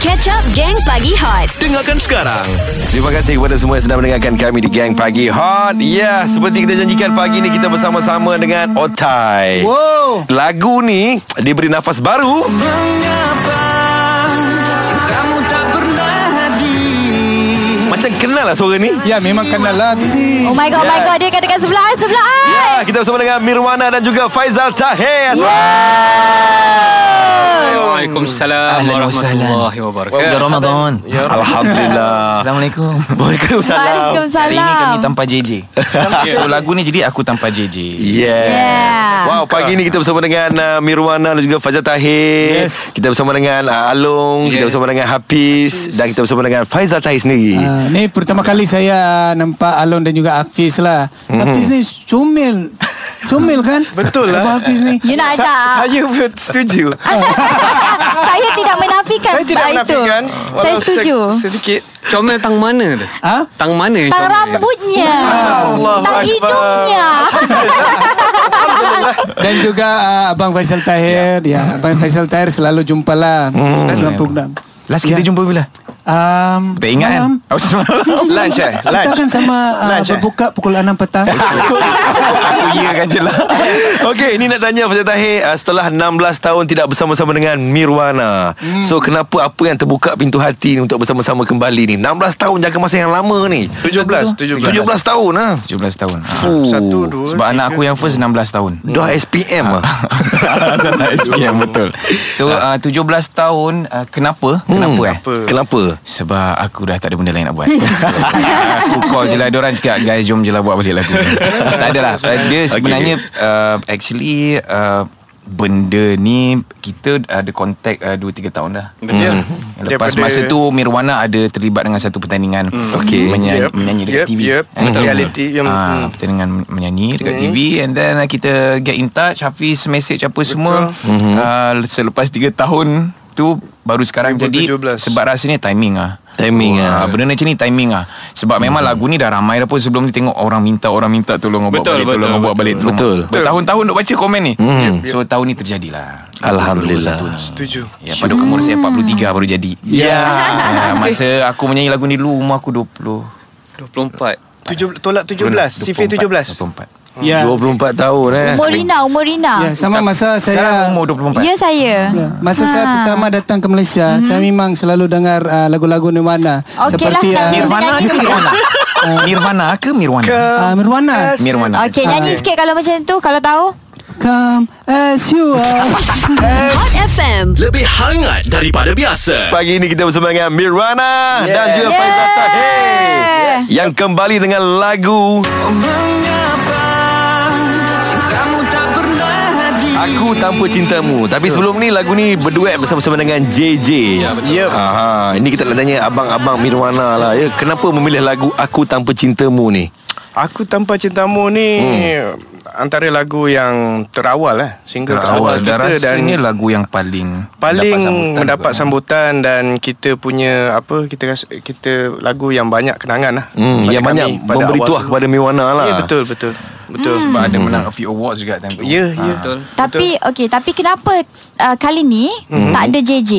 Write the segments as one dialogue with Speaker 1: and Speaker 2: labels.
Speaker 1: Catch up Gang Pagi Hot
Speaker 2: Dengarkan sekarang
Speaker 3: Terima kasih kepada semua yang sedang mendengarkan kami di Gang Pagi Hot. Ya, yeah, seperti kita janjikan pagi ni kita bersama-sama dengan Otai.
Speaker 2: Wow
Speaker 3: Lagu ni diberi nafas baru
Speaker 2: Kamu tak pernah
Speaker 3: Macam kenal lah suara ni
Speaker 2: Ya memang kenal lah
Speaker 1: Oh my god, oh my
Speaker 3: Yeah.
Speaker 1: god Dia katakan sebelah I, Sebelah I
Speaker 3: Ya, kita bersama dengan Mirwana dan juga Faizal
Speaker 1: Ya.
Speaker 3: Tahir
Speaker 4: Waalaikumsalam
Speaker 5: Ahlan wa
Speaker 4: warahmatullahi wabarakatuh.
Speaker 5: Bulan Ramadan.
Speaker 3: Ya. Alhamdulillah
Speaker 5: Assalamualaikum.
Speaker 3: Waalaikumsalam
Speaker 5: Hari ini kami
Speaker 1: Waalaikumsalam
Speaker 5: tanpa JJ. so lagu ni jadi aku tanpa JJ.
Speaker 3: Yeah.
Speaker 1: Yeah.
Speaker 3: Wow, pagi ni kita bersama dengan uh, Mirwana dan juga Faizal Tahir.
Speaker 2: Yes.
Speaker 3: Kita bersama dengan uh, Alung, kita
Speaker 4: Yeah.
Speaker 3: bersama dengan Hafiz dan kita bersama dengan Faizal Tahir sendiri.
Speaker 2: Uh, ni pertama kali saya nampak Alon dan juga Hafiz lah. Mm-hmm. Hafiz ni comel. Comel kan? Betul lah. Abang Hafiz ni.
Speaker 1: You nak ajak
Speaker 6: Saya pun setuju
Speaker 1: Saya tidak menafikan
Speaker 6: Saya tidak
Speaker 1: bab itu.
Speaker 6: menafikan
Speaker 1: Saya
Speaker 6: Walau
Speaker 1: setuju
Speaker 6: se- Sedikit
Speaker 4: Comel tang mana tu?
Speaker 2: Ha?
Speaker 4: Tang mana yang
Speaker 1: Tang
Speaker 4: comel?
Speaker 1: rambutnya
Speaker 3: Allahu
Speaker 1: Tang
Speaker 3: Akbar.
Speaker 1: hidungnya
Speaker 2: Dan juga uh, Abang Faisal Tahir. Ya, Abang Faisal Tahir selalu jumpa lah. Mm. Dalam program.
Speaker 5: Last kita
Speaker 2: Ya.
Speaker 5: jumpa bila?
Speaker 2: Um,
Speaker 5: Tak ingat kan?
Speaker 2: malam.
Speaker 5: Oh, semalam.
Speaker 6: Lunch eh
Speaker 2: Kita
Speaker 6: Lunch
Speaker 2: kan sama uh,
Speaker 5: ah,
Speaker 6: Lunch, eh?
Speaker 2: berbuka pukul 6 petang.
Speaker 5: Aku iya kan je lah.
Speaker 3: Okey, ini nak tanya Faizal Tahir uh, setelah 16 tahun tidak bersama-sama dengan Mirwana. So kenapa apa yang terbuka pintu hati ni untuk bersama-sama kembali ni? 16 tahun jangka masa yang lama ni.
Speaker 6: 17 17
Speaker 3: 17 tahun ah.
Speaker 5: 17 tahun. Ha.
Speaker 3: Fuh.
Speaker 6: Satu dua
Speaker 5: Sebab anak aku yang first 16 tahun.
Speaker 3: Dah SPM ah.
Speaker 5: yang ya, betul. Tu uh, 17 tahun uh, kenapa? Kenapa
Speaker 6: Hmm.
Speaker 5: eh?
Speaker 3: Kenapa?
Speaker 5: Sebab aku dah tak ada benda lain nak buat Aku call je lah Diorang cakap Guys jom je lah buat balik lagu Tak adalah uh, Dia sebenarnya uh, Actually uh, Benda ni Kita ada kontak uh, 2-3 tahun dah Hmm.
Speaker 6: Betul.
Speaker 5: Lepas
Speaker 6: Daripada- Hmm.
Speaker 5: masa tu Mirwana ada terlibat dengan satu pertandingan
Speaker 3: Okay.
Speaker 5: menyanyi,
Speaker 6: Yep,
Speaker 5: menyanyi dekat
Speaker 6: yep,
Speaker 5: TV
Speaker 6: yep.
Speaker 5: Eh, betul.
Speaker 6: Reality yang-
Speaker 5: Ah,
Speaker 6: hmm.
Speaker 5: Pertandingan menyanyi dekat TV And then uh, kita get in touch Hafiz message apa semua
Speaker 3: Mhm.
Speaker 5: uh, Selepas 3 tahun tu Baru sekarang jadi
Speaker 6: 2017.
Speaker 5: Sebab rasanya timing ah.
Speaker 3: Timing ah. Hmm.
Speaker 5: Ah, Benda ni macam ni timing ah. Sebab memang lagu ni dah ramai dah pun sebelum ni tengok orang minta orang minta tolong buat
Speaker 4: Betul,
Speaker 5: balik
Speaker 4: betul,
Speaker 5: tolong buat
Speaker 4: betul.
Speaker 5: balik tolong
Speaker 3: Betul. Hmm.
Speaker 5: buat. Bertahun-tahun duk baca komen ni. Mm. So tahun ni terjadilah.
Speaker 3: Alhamdulillah.
Speaker 5: 2021 ni.
Speaker 6: Setuju.
Speaker 5: Ya, pada umur saya 43 baru jadi.
Speaker 3: Ya.
Speaker 5: Ah, masa aku menyanyi lagu ni dulu umur aku 20.
Speaker 4: 24.
Speaker 6: Tujuh- Tolak 17 CV 17
Speaker 5: 24.
Speaker 2: ya.
Speaker 3: 24 tahun eh.
Speaker 1: Umur Rina Umur Rina
Speaker 2: ya, sama masa saya
Speaker 5: Sekarang umur 24.
Speaker 1: Ya saya
Speaker 2: Ya. Masa ha. saya
Speaker 1: Ha.
Speaker 2: pertama datang ke Malaysia, mm-hmm. saya memang selalu dengar uh, lagu-lagu Nirwana.
Speaker 1: Okey
Speaker 2: seperti uh,
Speaker 1: lah, lagu-
Speaker 5: Nirvana ke Mirwana? Nirvana ke Mirwana?
Speaker 2: uh, Nirwana.
Speaker 5: Mirwana.
Speaker 1: Okay nyanyi sikit kalau macam tu Kalau tahu
Speaker 2: Come as you are.
Speaker 7: Hot FM
Speaker 8: Lebih hangat daripada biasa
Speaker 3: Pagi ini kita bersama dengan Mirwana yeah. dan juga
Speaker 1: Yeah.
Speaker 3: yeah. Faizal Tahir yang kembali dengan lagu Aku Tanpa Cintamu. Tapi sebelum ni lagu ni berduet bersama-sama dengan JJ.
Speaker 6: Yep.
Speaker 3: Aha, ini kita nak tanya abang-abang Mirwana lah ya. Kenapa memilih lagu Aku Tanpa Cintamu ni?
Speaker 6: Aku Tanpa Cintamu ni
Speaker 3: Hmm.
Speaker 6: Antara lagu yang terawal lah Single terawal,
Speaker 5: Awal dan
Speaker 6: kita dan
Speaker 5: rasanya lagu yang paling
Speaker 6: paling
Speaker 5: sambutan
Speaker 6: mendapat
Speaker 3: eh.
Speaker 5: juga.
Speaker 6: sambutan dan kita punya apa kita rasa, kita lagu yang banyak kenangan lah.
Speaker 3: Hmm,
Speaker 6: Pada
Speaker 3: yang banyak
Speaker 6: kami pada
Speaker 3: memberi
Speaker 6: awal
Speaker 3: tuah
Speaker 6: dulu.
Speaker 3: kepada Mirwana lah.
Speaker 6: Ya betul betul. Betul
Speaker 5: sebab ada menang a few awards juga time tu.
Speaker 6: Ya ya.
Speaker 4: Betul.
Speaker 1: Tapi okay Tapi kenapa uh, Kali ni Tak ada JJ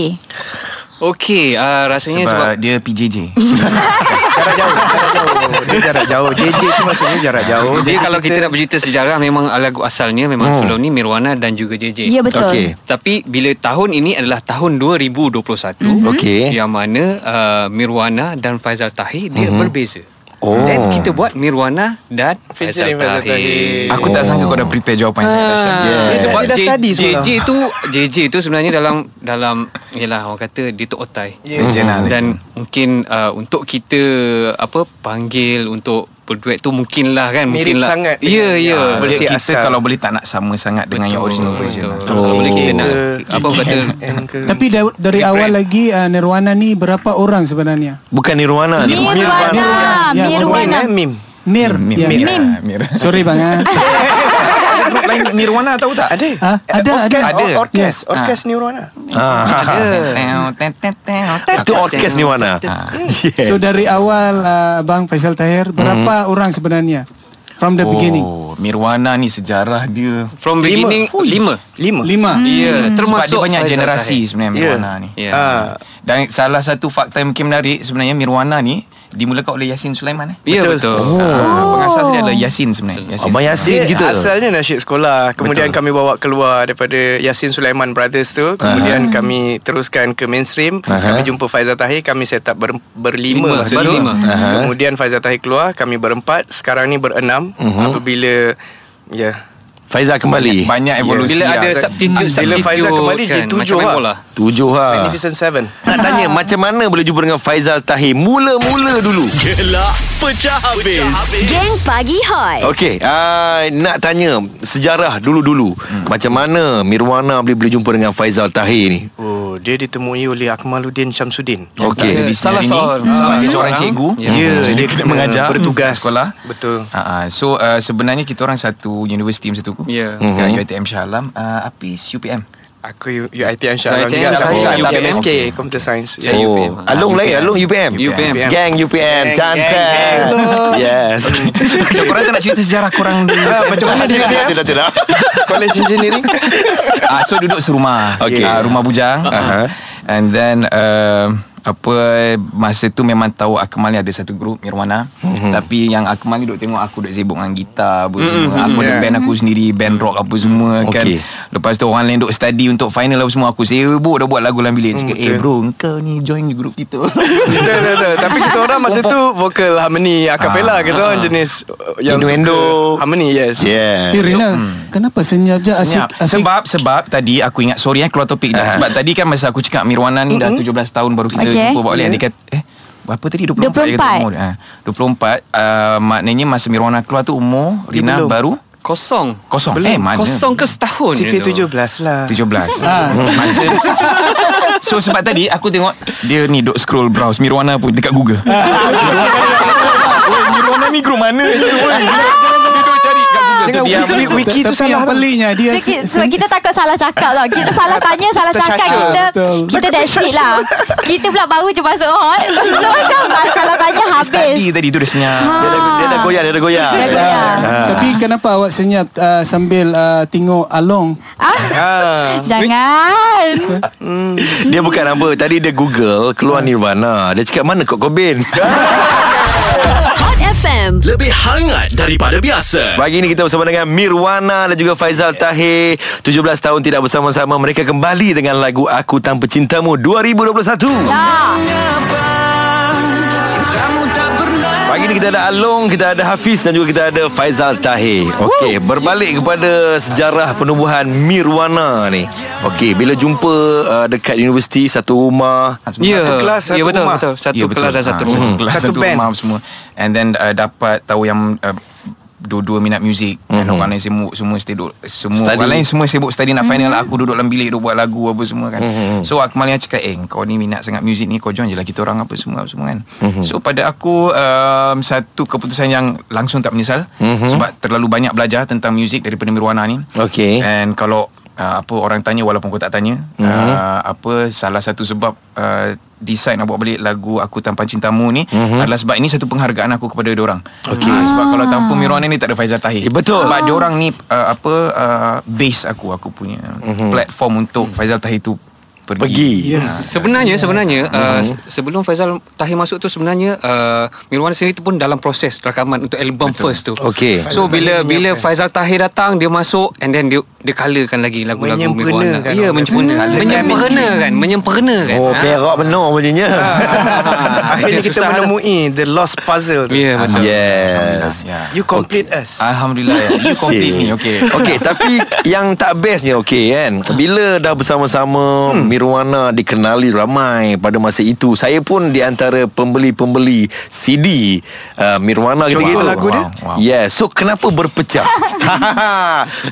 Speaker 4: Okey, uh, rasanya
Speaker 3: Ah,
Speaker 5: Sebab,
Speaker 4: sebab,
Speaker 5: dia PJJ.
Speaker 6: Jarak jauh, jarak jauh. Dia jarak jauh. JJ tu maksudnya jarak
Speaker 3: Oh,
Speaker 6: jauh.
Speaker 4: dia kalau kita nak bercerita sejarah memang lagu asalnya memang hmm. sebelum ni Mirwana dan juga JJ.
Speaker 1: Ya betul
Speaker 3: Okey.
Speaker 4: Tapi bila tahun ini adalah tahun 2021
Speaker 1: Mhm.
Speaker 3: Okey.
Speaker 4: yang mana uh, Mirwana dan Faizal Tahir dia berbeza.
Speaker 3: Oh.
Speaker 4: Dan kita buat Mirwana dan Faizal
Speaker 6: Featuring Faizal
Speaker 4: Tahir.
Speaker 5: Aku tak sangka kau dah prepare jawapan saya.
Speaker 4: Eh,
Speaker 5: Yeah.
Speaker 4: sebab
Speaker 6: Dia dah
Speaker 4: J,
Speaker 6: study semalam.
Speaker 4: JJ tu JJ tu sebenarnya dalam dalam yalah orang kata dia tu otai. Mhm.
Speaker 6: Yeah.
Speaker 5: Legend lah,
Speaker 4: Dan mungkin uh, untuk kita apa panggil untuk berduet tu mungkinlah kan
Speaker 6: Mirip
Speaker 4: mungkinlah.
Speaker 6: sangat
Speaker 4: Ya yeah,
Speaker 6: dengan-
Speaker 4: ya.
Speaker 6: Ah,
Speaker 4: Yeah.
Speaker 6: bersih
Speaker 5: Kita
Speaker 6: asal.
Speaker 5: kalau boleh tak nak sama sangat dengan yang original version. lah.
Speaker 4: Betul. Oh. Boleh kita nak apa kata
Speaker 2: Tapi da- dari awal lagi uh, Nirwana ni berapa orang sebenarnya?
Speaker 3: Bukan Nirwana. ni.
Speaker 1: Mirwana
Speaker 2: Mirwana. Ya,
Speaker 1: Mirwana
Speaker 6: Mim, eh, Mim.
Speaker 2: Mir.
Speaker 5: Mm, Mir.
Speaker 2: Ya.
Speaker 5: Mir.
Speaker 1: Mim.
Speaker 5: Mir.
Speaker 2: Sorry bang. ah.
Speaker 5: Lain Nirwana tahu tak? Ada.
Speaker 2: Ha? Ada ada.
Speaker 5: Ada.
Speaker 6: Or- Orkes,
Speaker 5: Yes.
Speaker 6: orkes Nirwana.
Speaker 3: Ah,
Speaker 5: Ah.
Speaker 3: Itu orkes Nirwana.
Speaker 5: Ah.
Speaker 2: ah, So dari awal uh, Bang Faisal Tahir berapa orang sebenarnya? From the beginning
Speaker 5: Oh, Mirwana ni sejarah dia.
Speaker 4: From beginning Lima
Speaker 6: Lima.
Speaker 2: Lima
Speaker 4: Ya yeah,
Speaker 5: Hmm. Sebab dia
Speaker 4: termasuk
Speaker 5: banyak
Speaker 4: Faizal
Speaker 5: generasi
Speaker 4: Tahir.
Speaker 5: sebenarnya
Speaker 6: Ya.
Speaker 5: Mirwana ni.
Speaker 4: Ya.
Speaker 5: Ah. Dan salah satu fakta yang mungkin menarik sebenarnya Mirwana ni dimulakan oleh Yasin Sulaiman eh.
Speaker 4: Ya betul, betul.
Speaker 5: Ah,
Speaker 4: Oh.
Speaker 5: pengasas dia adalah Yasin sebenarnya.
Speaker 3: Abang Yasin
Speaker 6: Dia
Speaker 3: kita
Speaker 6: asalnya nasyid sekolah
Speaker 3: Betul.
Speaker 6: Kemudian Betul. kami bawa keluar Daripada Yasin Sulaiman Brothers tu Kemudian kami teruskan ke mainstream Kami jumpa Faizal Tahir Kami set up ber,
Speaker 4: Lima,
Speaker 6: berlima masa tu
Speaker 4: berlima.
Speaker 6: Kemudian Faizal Tahir keluar Kami berempat Sekarang ni berenam Apabila Ya yeah.
Speaker 3: Faizal kembali
Speaker 5: Banyak evolusi.
Speaker 4: Ya, Bila
Speaker 5: yang-
Speaker 4: ada substitute
Speaker 6: Bila Faizal kembali,
Speaker 4: substitute
Speaker 6: dia
Speaker 4: kan,
Speaker 6: tujuh
Speaker 4: Macam main
Speaker 6: lah.
Speaker 4: bola
Speaker 3: Tujuh lah
Speaker 6: Magnificent Seven
Speaker 3: Nak tanya macam mana boleh jumpa dengan Faizal Tahir Mula-mula dulu
Speaker 8: Gelak pecah habis.
Speaker 7: Geng Pagi Hot
Speaker 3: Okey, uh, nak tanya sejarah dulu-dulu. Hmm. Macam mana Mirwana boleh boleh jumpa dengan Faizal Tahir ni?
Speaker 6: Oh, dia ditemui oleh Akmaluddin Syamsuddin.
Speaker 5: Dia
Speaker 3: Okey.
Speaker 5: di
Speaker 4: Salah
Speaker 5: sendiri ni
Speaker 6: Hmm.
Speaker 4: seorang-
Speaker 5: sebagai
Speaker 4: salah
Speaker 5: seorang
Speaker 4: seorang.
Speaker 5: cikgu.
Speaker 4: Ya.
Speaker 5: So, dia kena mengajar
Speaker 6: bertugas
Speaker 5: sekolah.
Speaker 6: Betul.
Speaker 5: Ha, so uh, sebenarnya kita orang satu universiti masa tu.
Speaker 4: Ya.
Speaker 5: Kat UiTM Shah Alam, uh, APIS UPM.
Speaker 6: Aku U- UiTM Shah
Speaker 4: UiTM
Speaker 6: Alam juga.
Speaker 4: Shah
Speaker 6: Aku
Speaker 4: Alam.
Speaker 6: UPMSK,
Speaker 5: UPM.
Speaker 6: Computer Science.
Speaker 4: Ya,
Speaker 3: Oh,
Speaker 6: Oh.
Speaker 4: UPM.
Speaker 3: Along
Speaker 5: Ah,
Speaker 3: lain,
Speaker 5: UPM.
Speaker 3: Along UPM.
Speaker 4: UPM.
Speaker 3: Gang UPM,
Speaker 6: Gang,
Speaker 3: cantik.
Speaker 6: gang, gang.
Speaker 3: Yes.
Speaker 5: So korang tak nak cerita sejarah korang dulu Macam mana dia
Speaker 3: Tidak, tidak, tidak.
Speaker 6: College Engineering.
Speaker 5: Ah, So duduk serumah
Speaker 3: Okay.
Speaker 5: Ah, Rumah bujang Ah.
Speaker 3: Uh-huh.
Speaker 5: And then uh, apa masa tu memang tahu Akmal ni ada satu grup Nirwana
Speaker 6: Mhm.
Speaker 5: mm-hmm. tapi yang Akmal ni duk tengok aku duk sibuk dengan gitar apa semua mm-hmm. aku ada
Speaker 6: Yeah.
Speaker 5: band aku sendiri band rock apa semua kan
Speaker 3: Okay.
Speaker 5: lepas tu orang lain duk study untuk final apa semua aku sibuk dah buat lagu dalam bilik cakap eh bro kau ni join grup kita
Speaker 6: Betul, betul, betul. Tapi kita orang masa tu vocal harmony acapella kita orang jenis uh,
Speaker 3: Ah.
Speaker 6: yang
Speaker 3: Innuendo.
Speaker 6: suka harmony yes.
Speaker 3: Yeah.
Speaker 2: Eh Rina Kenapa senyap je asyik,
Speaker 5: Senyap.
Speaker 2: asyik
Speaker 5: Sebab sebab tadi aku ingat sorry eh keluar topik
Speaker 6: Ah.
Speaker 5: dah. Sebab tadi kan masa aku cakap Mirwana ni dah 17 tahun baru kita
Speaker 1: Okay.
Speaker 5: jumpa buat balik dia kata eh berapa tadi 24 dia kata
Speaker 1: 24.
Speaker 5: umur. dia. Ha, 24 uh, maknanya masa Mirwana keluar tu umur Rina
Speaker 6: belum.
Speaker 5: baru
Speaker 4: Kosong
Speaker 5: kosong. Eh mana?
Speaker 4: Kosong ke setahun
Speaker 6: CV
Speaker 4: je tu?
Speaker 6: 17 lah.
Speaker 5: 17 Masa So sebab tadi aku tengok Dia ni duk scroll browse Mirwana pun dekat Google Oi, Mirwana ni grup mana Dia duk- dia duk cari kat Google tu
Speaker 6: Jangan
Speaker 5: diam.
Speaker 6: wiki, wiki tu
Speaker 2: Tapi yang
Speaker 6: salah.
Speaker 2: peliknya Dia
Speaker 1: Jadi, sebab kita takut salah cakap lah Kita salah tanya Salah cakap
Speaker 6: cakap.
Speaker 1: Kita
Speaker 2: Betul.
Speaker 1: Kita that's it lah Kita pula baru je masuk hot So macam Salah tanya
Speaker 5: Tadi
Speaker 1: habis
Speaker 5: tadi tu dia senyap
Speaker 3: Dia dah, dia dah goyang, dia dah goyang.
Speaker 1: Ah. Dah goyang
Speaker 2: Tapi kenapa awak senyap uh, Sambil uh, tengok Along
Speaker 1: ah? Jangan
Speaker 3: Dia bukan apa. Tadi dia Google, keluar Nirvana. Dia cakap mana Kok Cobain?
Speaker 7: Hot FM
Speaker 8: Lebih hangat daripada biasa.
Speaker 3: Pagi ni kita bersama dengan Mirwana dan juga Faizal Tahir 17 tahun tidak bersama-sama Mereka kembali dengan lagu Aku Tanpa Cintamu 2021
Speaker 1: Ya
Speaker 7: Ah,
Speaker 3: Pagi ni kita ada Along, kita ada Hafiz dan juga kita ada Faizal Tahir Okey, berbalik kepada sejarah penubuhan Mirwana ni Okey, bila jumpa uh, dekat universiti satu rumah
Speaker 4: Ya
Speaker 6: Kan, Satu kelas,
Speaker 4: Ya
Speaker 6: satu
Speaker 4: betul,
Speaker 6: rumah.
Speaker 4: betul. Satu
Speaker 5: Ya, betul.
Speaker 4: kelas dan satu
Speaker 5: Ah,
Speaker 4: rumah
Speaker 5: kelas,
Speaker 6: Satu
Speaker 5: satu,
Speaker 6: band.
Speaker 5: rumah semua and then uh, dapat tahu yang uh, dua-dua minat muzik mm-hmm.
Speaker 6: Mhm.
Speaker 5: dan orang lain semua semua sibuk semua
Speaker 3: Study.
Speaker 5: study. orang lain semua sibuk study nak final lah.
Speaker 6: Mhm.
Speaker 5: aku duduk dalam bilik duk buat lagu apa semua kan mm-hmm. so Akmal yang cakap eh kau ni minat sangat muzik ni kau join je lah kita orang apa semua apa semua kan mm-hmm.
Speaker 6: Mhm.
Speaker 5: so pada aku um, satu keputusan yang langsung tak menyesal
Speaker 6: Mhm.
Speaker 5: mm-hmm. sebab terlalu banyak belajar tentang muzik daripada Mirwana ni
Speaker 3: Okey. Mhm.
Speaker 5: And kalau uh, apa orang tanya walaupun kau tak tanya, mm-hmm. uh, apa salah satu sebab uh, decide nak buat balik lagu aku tanpa cintamu ni
Speaker 3: Mhm.
Speaker 5: mm-hmm. adalah sebab ini satu penghargaan aku kepada dia orang. Okay. Uh, sebab kalau tanpa Mirwana ni tak ada Faizal Tahir.
Speaker 3: Eh, betul.
Speaker 5: Sebab dia orang ni uh, apa uh, base aku aku punya mm-hmm. platform untuk Faizal Tahir tu
Speaker 3: Mhm.
Speaker 5: pergi.
Speaker 3: pergi
Speaker 2: Yes
Speaker 4: Sebenarnya sebenarnya uh,
Speaker 5: Mm-hmm.
Speaker 4: se- sebelum Faizal Tahir masuk tu sebenarnya uh, Mirwan sendiri tu pun dalam proses rakaman untuk album Betul. first tu.
Speaker 3: Okey.
Speaker 4: So bila bila Faizal Tahir datang dia masuk and then dia dia colourkan lagi lagu-lagu Mirwan.
Speaker 6: Menyempurnakan
Speaker 4: Ya
Speaker 6: orang
Speaker 4: menyempurna. Menyempurnakan, menyempurnakan. Ah.
Speaker 3: Oh, perak benar bunyinya
Speaker 6: Ah, Akhirnya kita menemui The Lost Puzzle. tu.
Speaker 4: Ya betul.
Speaker 3: Yes
Speaker 5: Ya.
Speaker 6: You complete us.
Speaker 5: Alhamdulillah. You complete me. Okay.
Speaker 3: Okey, tapi yang tak bestnya okey kan. Bila dah bersama-sama hmm. Mirwana dikenali ramai pada masa itu. Saya pun di antara pembeli-pembeli CD uh, Mirwana
Speaker 6: Contoh
Speaker 3: gitu-gitu.
Speaker 6: lagu dia?
Speaker 5: Wow, wow.
Speaker 3: Yeah, so kenapa berpecah?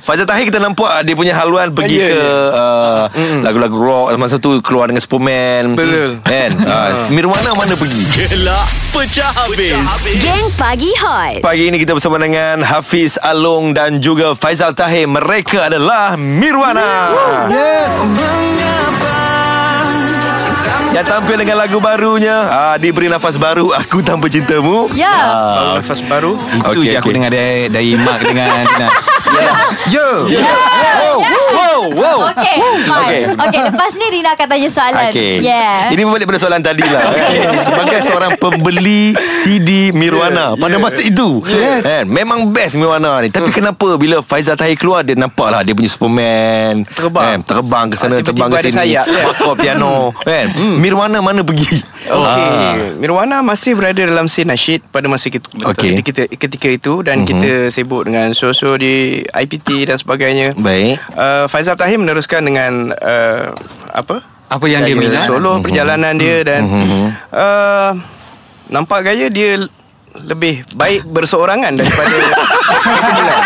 Speaker 3: Faizal Tahir kita nampak dia punya haluan pergi
Speaker 6: Yeah,
Speaker 3: yeah, ke uh, lagu-lagu rock masa tu keluar dengan Superman.
Speaker 6: Betul.
Speaker 3: Kan? Uh, Mirwana mana pergi?
Speaker 8: Gelak pecah habis.
Speaker 7: Geng Pagi Hot
Speaker 3: Pagi ini kita bersama dengan Hafiz Along dan juga Faizal Tahir. Mereka adalah Mirwana.
Speaker 2: Yes
Speaker 3: Mengapa cintamu yang tampil dengan lagu barunya ah, diberi nafas baru aku tanpa cintamu.
Speaker 1: Ya.
Speaker 3: Ah,
Speaker 6: Nafas baru
Speaker 3: Okey,
Speaker 5: Itu okay, je aku
Speaker 3: okey.
Speaker 5: dengar dari, dari Mark dengan Tina.
Speaker 3: Yo. Wow, wow, wow.
Speaker 1: Okay,
Speaker 3: Okay.
Speaker 1: fine. Okay, lepas ni Rina akan tanya soalan.
Speaker 3: Okey.
Speaker 1: Yeah.
Speaker 3: Ini berbalik pada soalan tadi lah. Sebagai seorang pembeli CD Mirwana yeah, pada yeah. masa itu.
Speaker 2: Yes.
Speaker 3: Kan? Memang best Mirwana ni. Tapi
Speaker 6: Hmm.
Speaker 3: kenapa bila Faizal Tahir keluar dia nampak lah dia punya Superman.
Speaker 6: Terbang.
Speaker 3: Kan? Terbang ke sana,
Speaker 6: Ah,
Speaker 3: terbang ke
Speaker 6: tiba-tiba ada
Speaker 3: sini.
Speaker 6: sayap, kan? Hmm.
Speaker 3: Bakar piano. Kan? Mirwana mana pergi?
Speaker 6: Okey,
Speaker 3: Ah.
Speaker 6: Mirwana masih berada dalam scene nasyid pada masa kita,
Speaker 3: Okey.
Speaker 6: ketika, ketika itu
Speaker 3: Mhm.
Speaker 6: dan mm-hmm. kita sibuk dengan show-show di IPT dan sebagainya.
Speaker 3: Baik.
Speaker 6: Uh, Faizal Tahir meneruskan dengan uh, apa?
Speaker 4: Apa yang dia
Speaker 6: Gaya
Speaker 4: minat. Mhm.
Speaker 6: Solo perjalanan dia dan uh, nampak gaya dia lebih baik berseorangan daripada kesimpulan.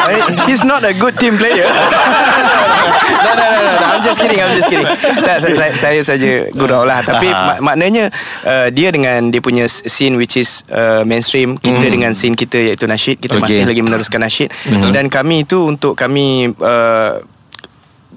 Speaker 6: I- He's not a good team player. no, no, no, no, no. I'm just kidding. I'm just kidding. Tak, saya, saya, saya saja gurau lah. Tapi mak- maknanya uh, dia dengan dia punya scene which is uh, mainstream. Kita
Speaker 4: Mhm.
Speaker 6: dengan scene kita iaitu nasyid. Kita
Speaker 3: Okay.
Speaker 6: okay. masih lagi meneruskan nasyid. Dan kami itu untuk kami... Uh,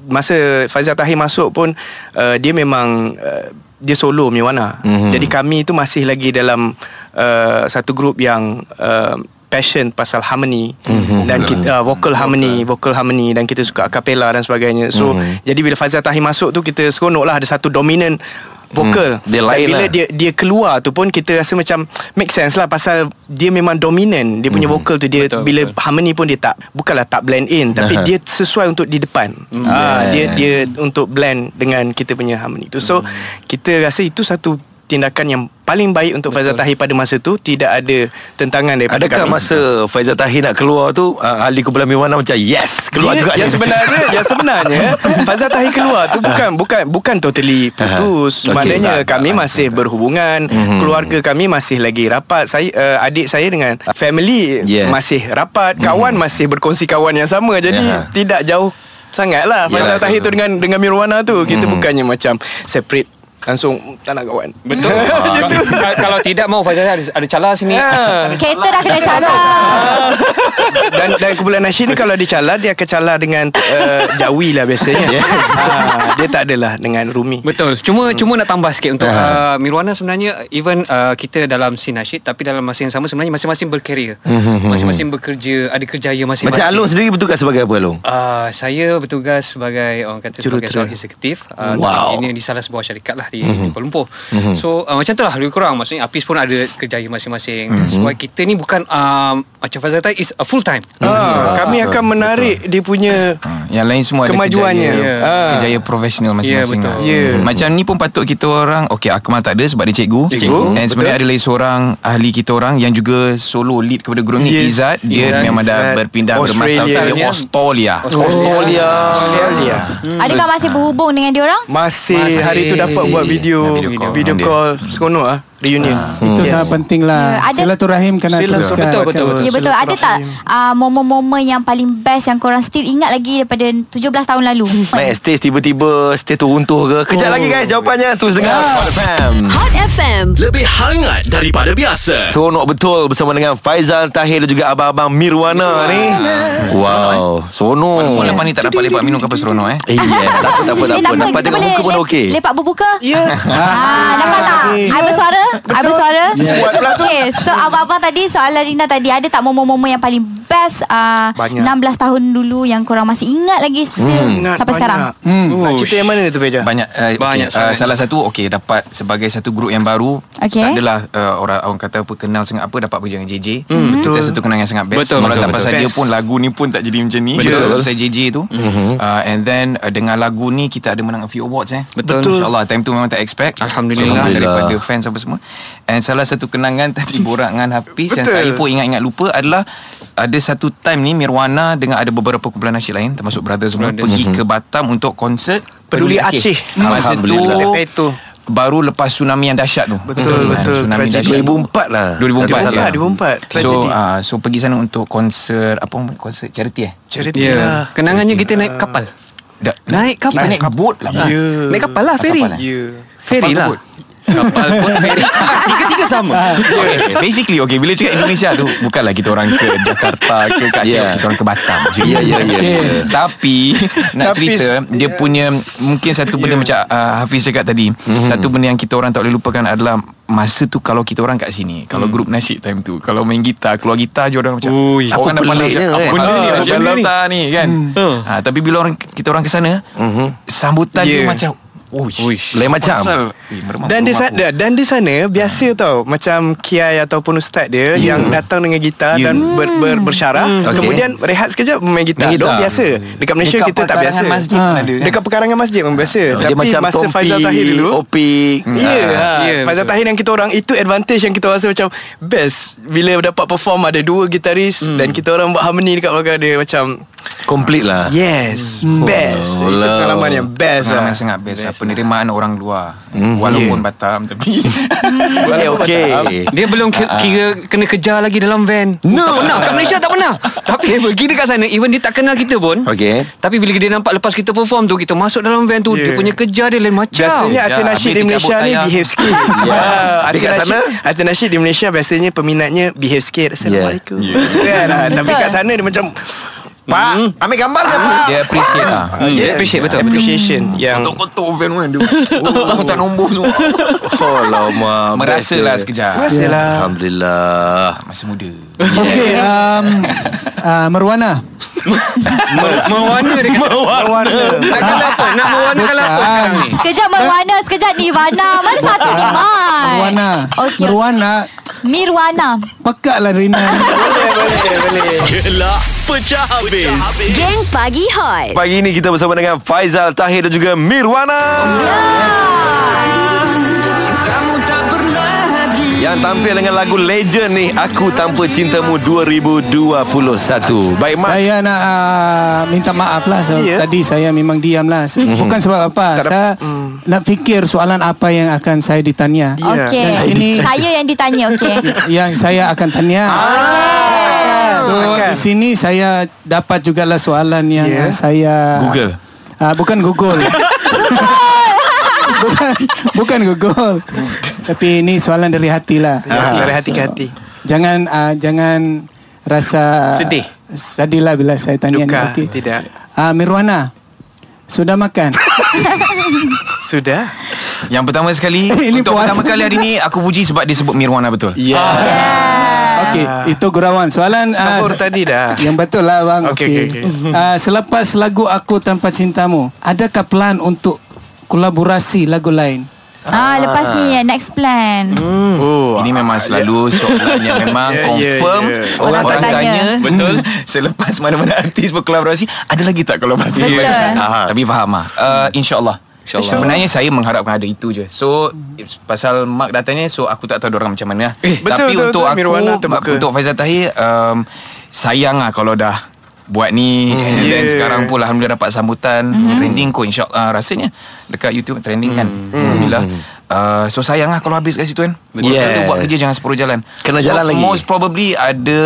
Speaker 6: masa Faizal Tahir masuk pun uh, dia memang uh, dia solo punya warna.
Speaker 3: Mhm.
Speaker 6: Mm-hmm. Jadi kami itu masih lagi dalam uh, satu grup yang uh, passion pasal harmony
Speaker 3: Mhm.
Speaker 6: mm-hmm. dan kita uh, vocal harmony, vocal harmony dan kita suka acapella dan sebagainya. So
Speaker 3: Mhm.
Speaker 6: mm-hmm. jadi bila Faizal Tahir masuk tu kita seronok lah ada satu dominant vokal.
Speaker 3: Hmm, dia
Speaker 6: Dan
Speaker 3: lain
Speaker 6: bila
Speaker 3: lah.
Speaker 6: dia dia keluar tu pun kita rasa macam make sense lah pasal dia memang dominant dia
Speaker 3: Mhm.
Speaker 6: punya vokal tu dia betul, bila betul. harmony pun dia tak bukanlah tak blend in tapi dia sesuai untuk di depan
Speaker 3: Mhm.
Speaker 6: ah dia dia untuk blend dengan kita punya harmony tu
Speaker 3: Hmm.
Speaker 6: so kita rasa itu satu tindakan yang paling baik untuk Faizal Tahir pada masa tu tidak ada tentangan daripada
Speaker 3: Adakah
Speaker 6: kami
Speaker 3: masa Faizal Tahir nak keluar tu ah, Ahli kumpulan Mirwana macam Yes Keluar
Speaker 6: dia,
Speaker 3: juga
Speaker 6: yang Ya, sebenarnya yang sebenarnya Faizal Tahir keluar tu bukan bukan bukan totally putus
Speaker 3: Aha. Ah. Okey,
Speaker 6: maknanya
Speaker 3: tak, Hmm.
Speaker 6: kami masih berhubungan keluarga kami masih lagi rapat saya uh, adik saya dengan family
Speaker 3: Yes. Hmm.
Speaker 6: masih rapat kawan masih berkongsi kawan yang sama jadi
Speaker 3: Aha.
Speaker 6: tidak jauh sangat lah
Speaker 3: Yalah,
Speaker 6: Faizal Tahir
Speaker 3: betul. Hmm.
Speaker 6: tu dengan dengan Mirwana tu kita bukannya macam separate langsung tak nak kawan
Speaker 4: Betul.
Speaker 3: Ah.
Speaker 4: Ah, Kalau- Kalau tidak mau Faizal ada, ada calar sini.
Speaker 6: Ah.
Speaker 1: Kereta dah kena calar.
Speaker 6: dan dan kumpulan nasyid ni kalau dicalar dia akan calar dengan uh, Jawi lah biasanya. ha, dia tak adalah dengan Rumi.
Speaker 4: Betul. Cuma hmm. cuma nak tambah sikit untuk uh, Mirwana sebenarnya even uh, kita dalam scene nasyid tapi dalam masa yang sama sebenarnya masing-masing berkarier. Masing-masing bekerja, ada kerjaya masing-masing.
Speaker 3: Macam Alung sendiri bertugas sebagai apa Alung?
Speaker 4: Uh, saya bertugas sebagai orang kata sebagai
Speaker 6: Jurutera.
Speaker 4: seorang eksekutif uh,
Speaker 3: Wow.
Speaker 4: ini di salah sebuah syarikat lah di, di Kuala Lumpur. So uh, macam tu lah lebih kurang maksudnya Apis pun ada kerjaya masing-masing. Sebab kita ni bukan um, macam Fazal Tahir is a full time. Ah,
Speaker 6: Ha, kami akan menarik dia punya
Speaker 5: Ha, Yang lain semua
Speaker 6: Kemajuannya.
Speaker 5: ada
Speaker 6: Ya.
Speaker 5: kerjaya, yeah. kerjaya profesional
Speaker 4: Ya,
Speaker 5: masing-masing. lah.
Speaker 4: betul.
Speaker 6: Ya.
Speaker 5: Macam ni pun patut kita orang, okay Akmal tak ada sebab dia cikgu.
Speaker 6: Cikgu,
Speaker 5: Dan sebenarnya ada
Speaker 6: betul.
Speaker 5: lagi seorang ahli kita orang yang juga solo lead kepada grup ni,
Speaker 6: Yes.
Speaker 5: Izzat. Dia
Speaker 6: Izzat.
Speaker 5: memang dah
Speaker 6: Izzat.
Speaker 5: berpindah
Speaker 6: Australia.
Speaker 5: bermasters dia Australia.
Speaker 3: Australia.
Speaker 6: Australia.
Speaker 1: Adakah masih berhubung dengan dia orang?
Speaker 6: Masih,
Speaker 4: Masih.
Speaker 6: hari tu dapat buat video
Speaker 5: Video
Speaker 6: video
Speaker 5: call.
Speaker 6: call, video
Speaker 5: Dia.
Speaker 6: call. seronok ah reunion.
Speaker 2: Itu sangat penting lah.
Speaker 1: Ya, ada-
Speaker 2: Silaturahim kena
Speaker 6: Silaturahim.
Speaker 2: teruskan.
Speaker 4: Hmm. Betul, betul, betul.
Speaker 2: Kan?
Speaker 1: Ya betul Ada tak uh, Momen-momen yang paling best Yang korang still ingat lagi Daripada 17 tahun lalu
Speaker 3: Naik stage tiba-tiba Stage tu runtuh ke Kejap oh. lagi guys jawapannya Terus dengar Hot FM
Speaker 7: Hot FM.
Speaker 8: Lebih hangat daripada biasa.
Speaker 3: Seronok betul bersama dengan Faizal Tahir dan juga abang-abang Mirwana ni. Wow,
Speaker 5: eh? Walaupun
Speaker 3: seronok.
Speaker 5: lepas ni tak dapat lepak minum kapal seronok eh.
Speaker 3: Eh, yeah. tak apa, tak apa, tak
Speaker 1: Eh,
Speaker 3: apa. Nampak
Speaker 1: kita
Speaker 3: tengok
Speaker 1: boleh
Speaker 3: muka pun
Speaker 1: lep-
Speaker 3: okey.
Speaker 1: Lepak berbuka
Speaker 6: Ya.
Speaker 1: Ah, nampak tak? I bersuara? I bersuara?
Speaker 6: Buat pula tu.
Speaker 1: Okay, so abang-abang tadi soalan Rina tadi ada tak momen-momen yang paling best uh,
Speaker 6: Banyak.
Speaker 1: 16 tahun dulu yang korang masih ingat lagi hmm.
Speaker 6: Ingat
Speaker 1: sampai sekarang?
Speaker 6: banyak. Hmm. Nak cerita yang mana tu Beja?
Speaker 5: Banyak uh,
Speaker 4: Banyak
Speaker 5: banyak okay. uh,
Speaker 4: sangat.
Speaker 5: salah satu okey dapat sebagai satu grup yang baru
Speaker 1: Okey.
Speaker 5: tak adalah uh, orang orang kata apa kenal sangat apa dapat pergi dengan JJ mm, betul kita satu kenangan yang sangat best
Speaker 4: Hmm, Betul,
Speaker 5: Kalau
Speaker 4: betul,
Speaker 5: tak
Speaker 4: betul.
Speaker 5: pasal dia
Speaker 6: Best.
Speaker 5: pun lagu ni pun tak jadi macam ni
Speaker 4: Betul. Mhm.
Speaker 5: Betul. pasal JJ tu mm-hmm. uh, and then uh, dengan lagu ni kita ada menang a few awards eh
Speaker 4: Betul.
Speaker 5: insyaallah time tu memang tak expect
Speaker 4: Alhamdulillah.
Speaker 5: daripada fans apa semua and salah satu kenangan tadi borak dengan Hafiz yang
Speaker 6: Betul.
Speaker 5: saya pun ingat-ingat lupa adalah ada satu time ni Mirwana dengan ada beberapa kumpulan nasyid lain termasuk brother semua pergi
Speaker 4: Mhm.
Speaker 5: ke Batam untuk konsert
Speaker 6: Peduli Aceh.
Speaker 5: Masa
Speaker 3: Alhamdulillah.
Speaker 5: tu
Speaker 6: Lepas tu.
Speaker 5: Baru lepas tsunami yang dahsyat tu
Speaker 6: Betul,
Speaker 5: Kan,
Speaker 6: betul.
Speaker 5: Tsunami
Speaker 6: Tragedi.
Speaker 5: dahsyat
Speaker 3: 2004 lah.
Speaker 5: 2004
Speaker 6: 2004,
Speaker 5: ya.
Speaker 6: 2004.
Speaker 5: So
Speaker 6: Tragedi.
Speaker 5: uh, so pergi sana untuk konser Apa orang panggil, konser charity eh
Speaker 6: Cerita.
Speaker 4: Ya. Yeah.
Speaker 6: Yeah.
Speaker 4: Kenangannya kita naik kapal.
Speaker 5: Da-
Speaker 4: Naik kapal.
Speaker 5: Naik kabut lah
Speaker 4: Ah, Naik kapal lah ferry.
Speaker 5: Kapal, eh?
Speaker 6: Ya.
Speaker 4: Ferry
Speaker 5: Kapal
Speaker 4: lah.
Speaker 5: kabut.
Speaker 4: Kapal pun ferry Tiga-tiga sama
Speaker 5: Okay, basically okay bila cakap Indonesia tu bukanlah kita orang ke Jakarta ke kat
Speaker 3: Yeah.
Speaker 5: yeah. kita orang ke Batam je.
Speaker 3: Yeah, yeah, yeah,
Speaker 5: Okay.
Speaker 3: yeah.
Speaker 5: Tapi nak
Speaker 6: Tapi,
Speaker 5: cerita dia punya mungkin satu benda macam uh, Hafiz cakap tadi, satu benda yang kita orang tak boleh lupakan adalah masa tu kalau kita orang kat sini, kalau grup nasyid time tu, kalau main gitar, keluar gitar je orang macam
Speaker 4: Ui.
Speaker 5: apa
Speaker 3: Oh,
Speaker 5: nak pandang
Speaker 3: peliknya,
Speaker 5: apa
Speaker 3: kan?
Speaker 5: benda ni
Speaker 4: Ah,
Speaker 5: macam
Speaker 4: benda ni.
Speaker 5: ni. ni kan. Ha, tapi bila orang kita orang ke sana, sambutan dia
Speaker 6: Yeah.
Speaker 5: macam Uish.
Speaker 4: Uish.
Speaker 3: Lain macam.
Speaker 5: Eh, meremang
Speaker 6: Dan di
Speaker 5: rumah aku.
Speaker 6: sana dan di sana biasa tau macam kiai ataupun ustaz dia yeah. yang datang dengan gitar
Speaker 5: Ya.
Speaker 6: yeah. dan ber, ber, bersyarah
Speaker 3: Okay.
Speaker 6: okay. kemudian rehat sekejap main gitar.
Speaker 3: Main gitar.
Speaker 6: Diorang biasa. Dekat Malaysia
Speaker 5: Dekat
Speaker 6: kita tak biasa.
Speaker 5: perkarangan masjid pun
Speaker 6: Ah.
Speaker 5: ada, kan?
Speaker 6: Dekat perkarangan masjid memang biasa.
Speaker 3: Dia
Speaker 6: Tapi
Speaker 3: macam
Speaker 6: masa
Speaker 3: Tompi,
Speaker 6: Faizal Tahir dulu
Speaker 3: Opik
Speaker 6: Ya yeah,
Speaker 3: Ah.
Speaker 6: ha.
Speaker 4: Ya,
Speaker 6: yeah, Faizal
Speaker 4: betul.
Speaker 6: Tahir dan kita orang Itu advantage yang kita rasa macam Best Bila dapat perform Ada dua gitaris Dan kita orang buat harmony Dekat belakang dia Macam
Speaker 3: Complete lah
Speaker 5: Ya,
Speaker 6: Yes Best
Speaker 3: Oh,
Speaker 6: Itu
Speaker 3: lah.
Speaker 6: pengalaman yang best
Speaker 5: Pengalaman
Speaker 6: lah
Speaker 5: sangat best, lah. Penerimaan orang luar Walaupun Batam Tapi
Speaker 3: Okay, okay.
Speaker 4: Dia belum ki- kira Kena kejar lagi dalam van
Speaker 3: Eh. No.
Speaker 4: Tak pernah Kat Malaysia tak pernah Tapi pergi dekat sana Even dia tak kenal kita pun
Speaker 3: Okay.
Speaker 4: Tapi bila dia nampak Lepas kita perform tu Kita masuk dalam van tu Dia
Speaker 6: Yeah.
Speaker 4: punya kejar dia lain macam
Speaker 6: Biasanya
Speaker 5: Ya,
Speaker 6: Atin
Speaker 5: habis
Speaker 6: Nasheed di
Speaker 5: dia
Speaker 6: Malaysia
Speaker 5: cabut
Speaker 6: ni
Speaker 5: tayar.
Speaker 6: behave sikit Ya
Speaker 3: Dekat
Speaker 6: Atin
Speaker 3: sana?
Speaker 6: Nasheed Atin Nasheed di Malaysia Biasanya peminatnya behave sikit Assalamualaikum Gitu kan? Ah, Tapi
Speaker 1: Betul.
Speaker 6: kat sana dia macam
Speaker 3: Pak Ambil gambar ke Pak
Speaker 5: Dia appreciate lah
Speaker 4: Hmm, Dia appreciate betul
Speaker 6: Appreciation Yang
Speaker 5: Kotak-kotak van kan dia Orang tak nombor semua
Speaker 3: Oh lama
Speaker 5: Merasa lah sekejap
Speaker 6: Merasalah
Speaker 3: Alhamdulillah
Speaker 5: Masa muda
Speaker 2: Okay um, uh, Merwana
Speaker 4: Mewarna dia kata
Speaker 2: Merwana
Speaker 4: Nak kala apa Nak mewarna kala apa
Speaker 2: Bukan.
Speaker 4: sekarang ni
Speaker 1: Kejap Merwana Sekejap Nirvana Mana satu ni Mai
Speaker 2: Merwana
Speaker 1: Okey
Speaker 2: Merwana
Speaker 1: Mirwana
Speaker 2: Pekak lah Rina ni.
Speaker 8: Gelak pecah habis.
Speaker 7: Geng Pagi Hot.
Speaker 3: Pagi ini kita bersama dengan Faizal Tahir dan juga Mirwana Yang tampil dengan lagu legend ni Aku Tanpa Cintamu 2021 Baik Mak
Speaker 2: Saya nak uh, minta maaf lah so,
Speaker 6: Ya.
Speaker 2: Tadi saya memang diam lah Se-
Speaker 4: Mhm.
Speaker 2: Bukan sebab apa Saya
Speaker 4: Hmm.
Speaker 2: nak fikir soalan apa yang akan saya ditanya
Speaker 6: Ya.
Speaker 1: Okey
Speaker 2: Dan sini
Speaker 1: Saya yang ditanya Okey
Speaker 2: Yang saya akan tanya So
Speaker 6: Ah, Akan.
Speaker 2: di sini saya dapat jugalah soalan yang yeah.
Speaker 6: Ya.
Speaker 2: saya
Speaker 5: Google.
Speaker 2: Ah, bukan Google. bukan, bukan Google. Tapi ini soalan dari hati lah.
Speaker 6: Ya, Dari hati ke hati
Speaker 2: Jangan ah, jangan rasa
Speaker 4: Sedih.
Speaker 2: Sedih lah bila saya tanya
Speaker 6: Duka,
Speaker 2: ni. Okey.
Speaker 6: tidak.
Speaker 2: Ah, Mirwana. Sudah makan?
Speaker 6: Sudah
Speaker 5: Yang pertama sekali
Speaker 2: Ini
Speaker 5: Untuk
Speaker 2: puasa.
Speaker 5: pertama kali hari ni Aku puji sebab dia sebut Mirwana betul
Speaker 3: Ya
Speaker 2: Okey, itu gurauan. Soalan ah,
Speaker 6: Sahur tadi dah
Speaker 2: Yang betul lah bang.
Speaker 6: Okey,
Speaker 2: Okey.
Speaker 6: okey,
Speaker 2: Ah, selepas lagu Aku Tanpa Cintamu, adakah plan untuk kolaborasi lagu lain?
Speaker 1: Ah, Lepas ni eh, Next plan
Speaker 6: Oh
Speaker 5: Ini memang selalu soalan yang memang
Speaker 6: Yeah, yeah,
Speaker 5: confirm
Speaker 6: yeah.
Speaker 5: Orang,
Speaker 1: Orang
Speaker 5: orang
Speaker 1: tanya.
Speaker 5: tanya Betul Selepas mana-mana artis berkolaborasi Ada lagi tak kolaborasi
Speaker 1: Betul.
Speaker 5: Ah, Tapi faham lah uh, InsyaAllah InsyaAllah Sebenarnya saya mengharapkan ada itu je So Pasal Mark datangnya So aku tak tahu orang macam mana lah.
Speaker 6: Eh, betul,
Speaker 5: Tapi
Speaker 6: betul,
Speaker 5: untuk
Speaker 6: betul.
Speaker 5: aku
Speaker 6: Mirwana terbuka.
Speaker 5: Untuk Faizal Tahir um, Sayang lah kalau dah Buat ni hmm, And then
Speaker 6: Yeah.
Speaker 5: sekarang pun Alhamdulillah dapat sambutan Trending kot insyaAllah Ah, Rasanya Dekat YouTube trending kan Alhamdulillah Uh, so sayang lah kalau habis kat situ kan Betul
Speaker 3: Yes.
Speaker 5: tu buat kerja jangan separuh jalan
Speaker 3: Kena
Speaker 5: so,
Speaker 3: jalan lagi.
Speaker 5: Most probably ada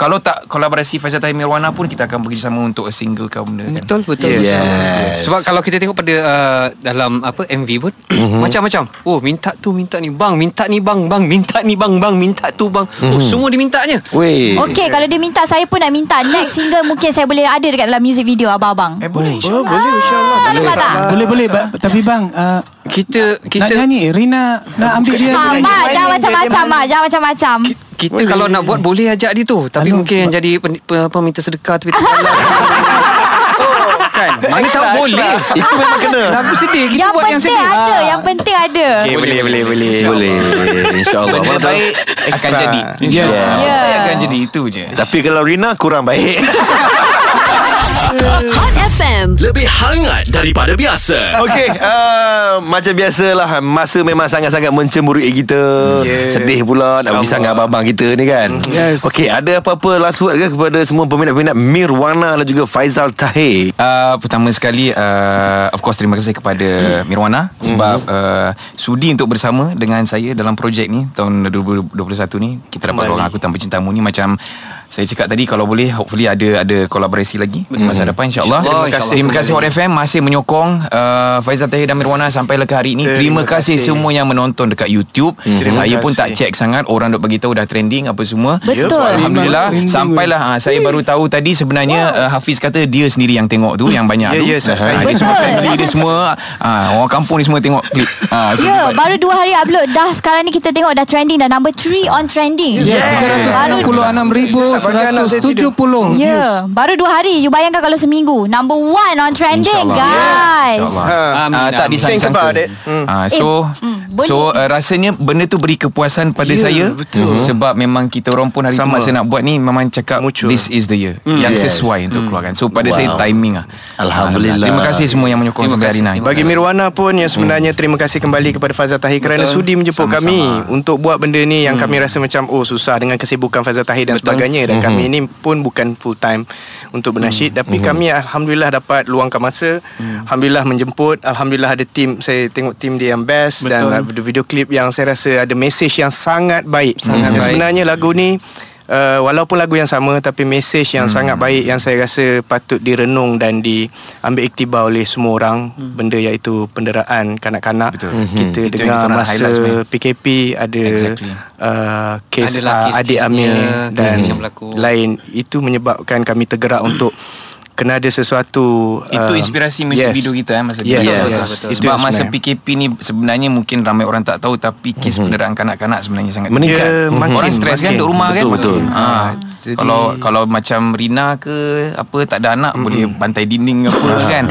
Speaker 5: Kalau tak kolaborasi Faizal Tahir Mirwana pun Kita akan bekerjasama untuk a single ke benda kan
Speaker 4: Betul betul.
Speaker 3: Yes.
Speaker 4: betul.
Speaker 3: Yes.
Speaker 4: Sebab kalau kita tengok pada uh, dalam apa MV pun macam-macam. Oh minta tu minta ni bang, minta ni bang, bang minta ni bang, bang minta tu bang. Oh semua dimintanya.
Speaker 3: Weh
Speaker 1: Okey, kalau dia minta saya pun nak minta next single mungkin saya boleh ada dekat dalam music video abang-abang.
Speaker 5: Eh boleh
Speaker 6: Oh, boleh insyaAllah
Speaker 1: Ah, nampak tak?
Speaker 2: Boleh boleh ba- tapi bang ah,
Speaker 4: Kita
Speaker 2: nak
Speaker 4: kita
Speaker 2: nyanyi Rina nak ambil dia
Speaker 1: Ah,
Speaker 2: nyanyi.
Speaker 1: mak, jangan
Speaker 6: main,
Speaker 1: macam-macam,
Speaker 6: dia
Speaker 1: mak. Jangan macam-macam.
Speaker 4: kita boleh. kalau nak buat boleh ajak dia tu. Tapi
Speaker 2: Aduh,
Speaker 4: mungkin yang jadi pen, pe- apa minta sedekah tapi tak halal. Oh, kan. Mana tahu boleh.
Speaker 3: Itu memang kena
Speaker 4: Lagu sedih kita
Speaker 1: Yang
Speaker 4: buat yang
Speaker 1: penting
Speaker 4: sedih.
Speaker 1: ada, yang penting ada.
Speaker 6: Okay, boleh, boleh, boleh.
Speaker 3: Boleh InsyaAllah
Speaker 5: Benda
Speaker 3: Mana tahu-
Speaker 5: baik Akan
Speaker 6: Extra.
Speaker 5: jadi
Speaker 2: Yes.
Speaker 1: Ya.
Speaker 5: Baik akan jadi itu je
Speaker 3: Tapi kalau Rina kurang baik
Speaker 7: Hot FM.
Speaker 8: Lebih hangat daripada biasa.
Speaker 3: Okey, uh, macam biasalah masa memang sangat-sangat mencemburui kita. Yeah.
Speaker 6: Yeah.
Speaker 3: Sedih pula nak berpisah dengan abang kita ni kan.
Speaker 2: Yes.
Speaker 3: Okey, ada apa-apa last word ke kepada semua peminat-peminat Mirwana dan juga Faizal Tahir?
Speaker 5: Uh, pertama sekali uh, Of course terima kasih kepada Mirwana Sebab uh, Sudi untuk bersama Dengan saya dalam projek ni Tahun 2021 ni Kita dapat ruang Aku Tanpa Cintamu ni Macam saya cakap tadi kalau boleh hopefully ada ada kolaborasi lagi Betul. masa depan insyaallah.
Speaker 4: Insyaallah,
Speaker 5: Terima kasih terima kasih Hot FM masih menyokong uh, Faizal Tahir dan Mirwana sampailah ke hari ini. Terima,
Speaker 6: Terima
Speaker 5: kasih,
Speaker 6: kasih.
Speaker 5: semua yang menonton dekat YouTube.
Speaker 6: Terima
Speaker 5: Saya pun
Speaker 6: kasih.
Speaker 5: tak check sangat orang dok bagi tahu dah trending apa semua.
Speaker 1: Betul.
Speaker 5: Alhamdulillah
Speaker 2: Memang trending
Speaker 5: Sampailah ha, Saya baru tahu tadi Sebenarnya uh, Hafiz kata Dia sendiri yang tengok tu Yang banyak tu
Speaker 6: Ya, ya, saya-
Speaker 5: Ah, Dia
Speaker 1: Betul.
Speaker 5: semua family Dia semua ah, Orang kampung ni semua tengok klip ha, so,
Speaker 1: Ya, yeah, baru dua hari upload dah sekarang ni kita tengok dah trending dah number 3 on trending.
Speaker 2: Yes,
Speaker 1: Baru
Speaker 2: 366,170
Speaker 1: Ya, yeah, baru dua hari. You bayangkan kalau seminggu number one on trending, guys.
Speaker 5: InsyaAllah
Speaker 6: Ha.
Speaker 5: Ah, Tak
Speaker 4: Amin.
Speaker 6: Think
Speaker 5: disangka-sangka
Speaker 6: about it. Hmm.
Speaker 5: Ah, So
Speaker 1: Eh, mm, boleh.
Speaker 5: So uh, rasanya Benda tu beri kepuasan pada
Speaker 6: Ya,
Speaker 5: saya Mhm.
Speaker 6: betul.
Speaker 5: Sebab memang kita orang pun Hari
Speaker 6: Sama.
Speaker 5: Sama. tu masa nak buat ni Memang cakap
Speaker 6: Muncul. Hmm.
Speaker 5: This is the year Yang
Speaker 3: Yes.
Speaker 5: sesuai
Speaker 1: Hmm.
Speaker 5: untuk keluarkan So pada saya
Speaker 3: Wow.
Speaker 5: timing lah
Speaker 3: Alhamdulillah.
Speaker 5: Terima kasih semua yang menyokong
Speaker 4: Terima
Speaker 5: Sampai hari
Speaker 4: kasih.
Speaker 5: ini
Speaker 6: Bagi Mirwana pun yang sebenarnya terima kasih kembali kepada Fazal Tahir kerana
Speaker 4: Betul.
Speaker 6: sudi menjemput
Speaker 5: Sama-sama.
Speaker 6: kami untuk buat benda ni yang kami rasa macam oh susah dengan kesibukan Fazal Tahir dan sebagainya dan kami ni pun bukan full time untuk bernasib tapi kami alhamdulillah dapat luangkan masa alhamdulillah menjemput alhamdulillah ada tim saya tengok tim dia yang best dan
Speaker 4: Betul.
Speaker 6: ada video klip yang saya rasa ada message yang sangat baik
Speaker 4: Sangat
Speaker 6: Dan
Speaker 4: baik.
Speaker 6: sebenarnya lagu ni Uh, walaupun lagu yang sama tapi mesej yang hmm. sangat baik yang saya rasa patut direnung dan diambil iktibar oleh semua orang hmm. benda iaitu penderaan kanak-kanak Betul. kita
Speaker 5: Itu yang kita
Speaker 6: dengar
Speaker 5: nak
Speaker 6: masa
Speaker 5: highlight sebenarnya.
Speaker 6: PKP ada
Speaker 5: Exactly.
Speaker 6: uh, kes
Speaker 4: Adalah
Speaker 6: uh, adik
Speaker 4: kes-kesnya,
Speaker 6: Amir dan
Speaker 4: kes-kes yang berlaku.
Speaker 6: lain itu menyebabkan kami tergerak untuk kena ada sesuatu
Speaker 5: Itu inspirasi muzik yes. video kita eh masa
Speaker 6: Uh,
Speaker 5: tu.
Speaker 6: yes. Yes.
Speaker 5: Betul,
Speaker 6: Yes.
Speaker 5: betul.
Speaker 6: Itu
Speaker 5: Sebab
Speaker 6: yang
Speaker 5: masa
Speaker 6: sebenarnya. Mhm.
Speaker 5: PKP ni sebenarnya mungkin ramai orang tak tahu tapi kes mm-hmm. penderaan kanak-kanak sebenarnya sangat
Speaker 6: Meningkat.
Speaker 5: tinggi.
Speaker 6: Ya, makin,
Speaker 5: orang stres kan
Speaker 6: makin.
Speaker 5: duduk rumah kan.
Speaker 3: Betul, betul.
Speaker 5: Ha. Jadi, kalau kalau macam Rina ke apa tak ada anak mm-hmm.
Speaker 6: Mhm.
Speaker 5: boleh bantai dinding apa
Speaker 6: Ah.
Speaker 5: kan.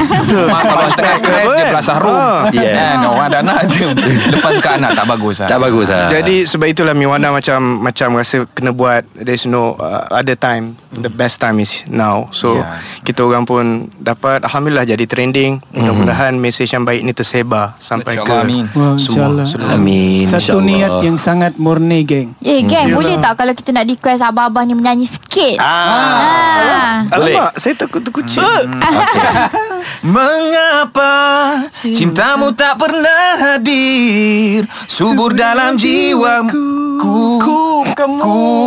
Speaker 5: Mak kalau tengah stres dia
Speaker 6: Betul.
Speaker 5: belasah room.
Speaker 6: Ah.
Speaker 3: Yeah.
Speaker 5: Kan orang ada anak dia lepas ke anak tak bagus lah.
Speaker 3: Tak bagus lah
Speaker 6: Jadi sebab itulah Miwana macam macam rasa kena buat there's no uh, other time.
Speaker 5: Hmm.
Speaker 6: The best time is now. So
Speaker 5: Yeah.
Speaker 6: yeah. kita orang pun dapat alhamdulillah jadi trending. Mudah-mudahan mesej yang baik ni tersebar sampai ke
Speaker 5: InsyaAllah, Hmm. amin.
Speaker 2: Wah,
Speaker 6: semua.
Speaker 2: insyaAllah.
Speaker 6: seluruh-
Speaker 3: Amin
Speaker 2: Satu
Speaker 3: insyaAllah.
Speaker 2: niat yang sangat murni geng
Speaker 1: Eh, geng, boleh tak kalau kita nak request abang-abang ni menyanyi sikit? Ah.
Speaker 3: Boleh.
Speaker 6: Alamak, saya takut terkucing.
Speaker 5: Mengapa cintamu tak pernah hadir Subur dalam jiwaku ku, kamu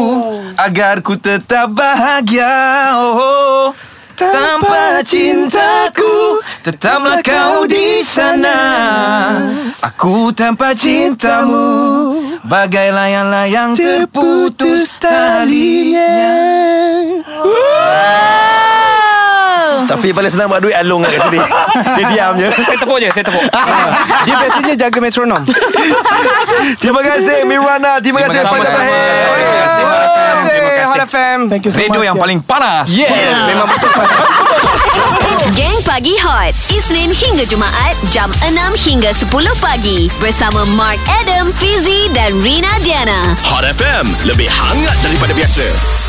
Speaker 5: Agar ku tetap bahagia oh, Tanpa cintaku Tetaplah kau di sana Aku tanpa cintamu Bagai layang-layang terputus talinya
Speaker 3: Tapi paling senang buat duit Along lah kat sini Dia diam je
Speaker 4: Saya tepuk je, saya tepuk.
Speaker 6: Dia biasanya jaga metronom.
Speaker 3: Terima kasih Mirwana Terima kasih
Speaker 5: kasih,
Speaker 3: Fazal
Speaker 5: sama-sama.
Speaker 3: Tahir
Speaker 5: Terima kasih,
Speaker 6: Terima kasih Hot FM.
Speaker 2: Thank you so
Speaker 5: Radio
Speaker 2: much
Speaker 5: yang
Speaker 2: guys.
Speaker 5: paling panas
Speaker 6: Yeah. Memang betul.
Speaker 7: Gang Pagi Hot. Isnin hingga Jumaat, jam 6 hingga 10 pagi. Bersama Mark Adam, Fizi dan Rina Diana.
Speaker 8: Hot FM Lebih hangat daripada biasa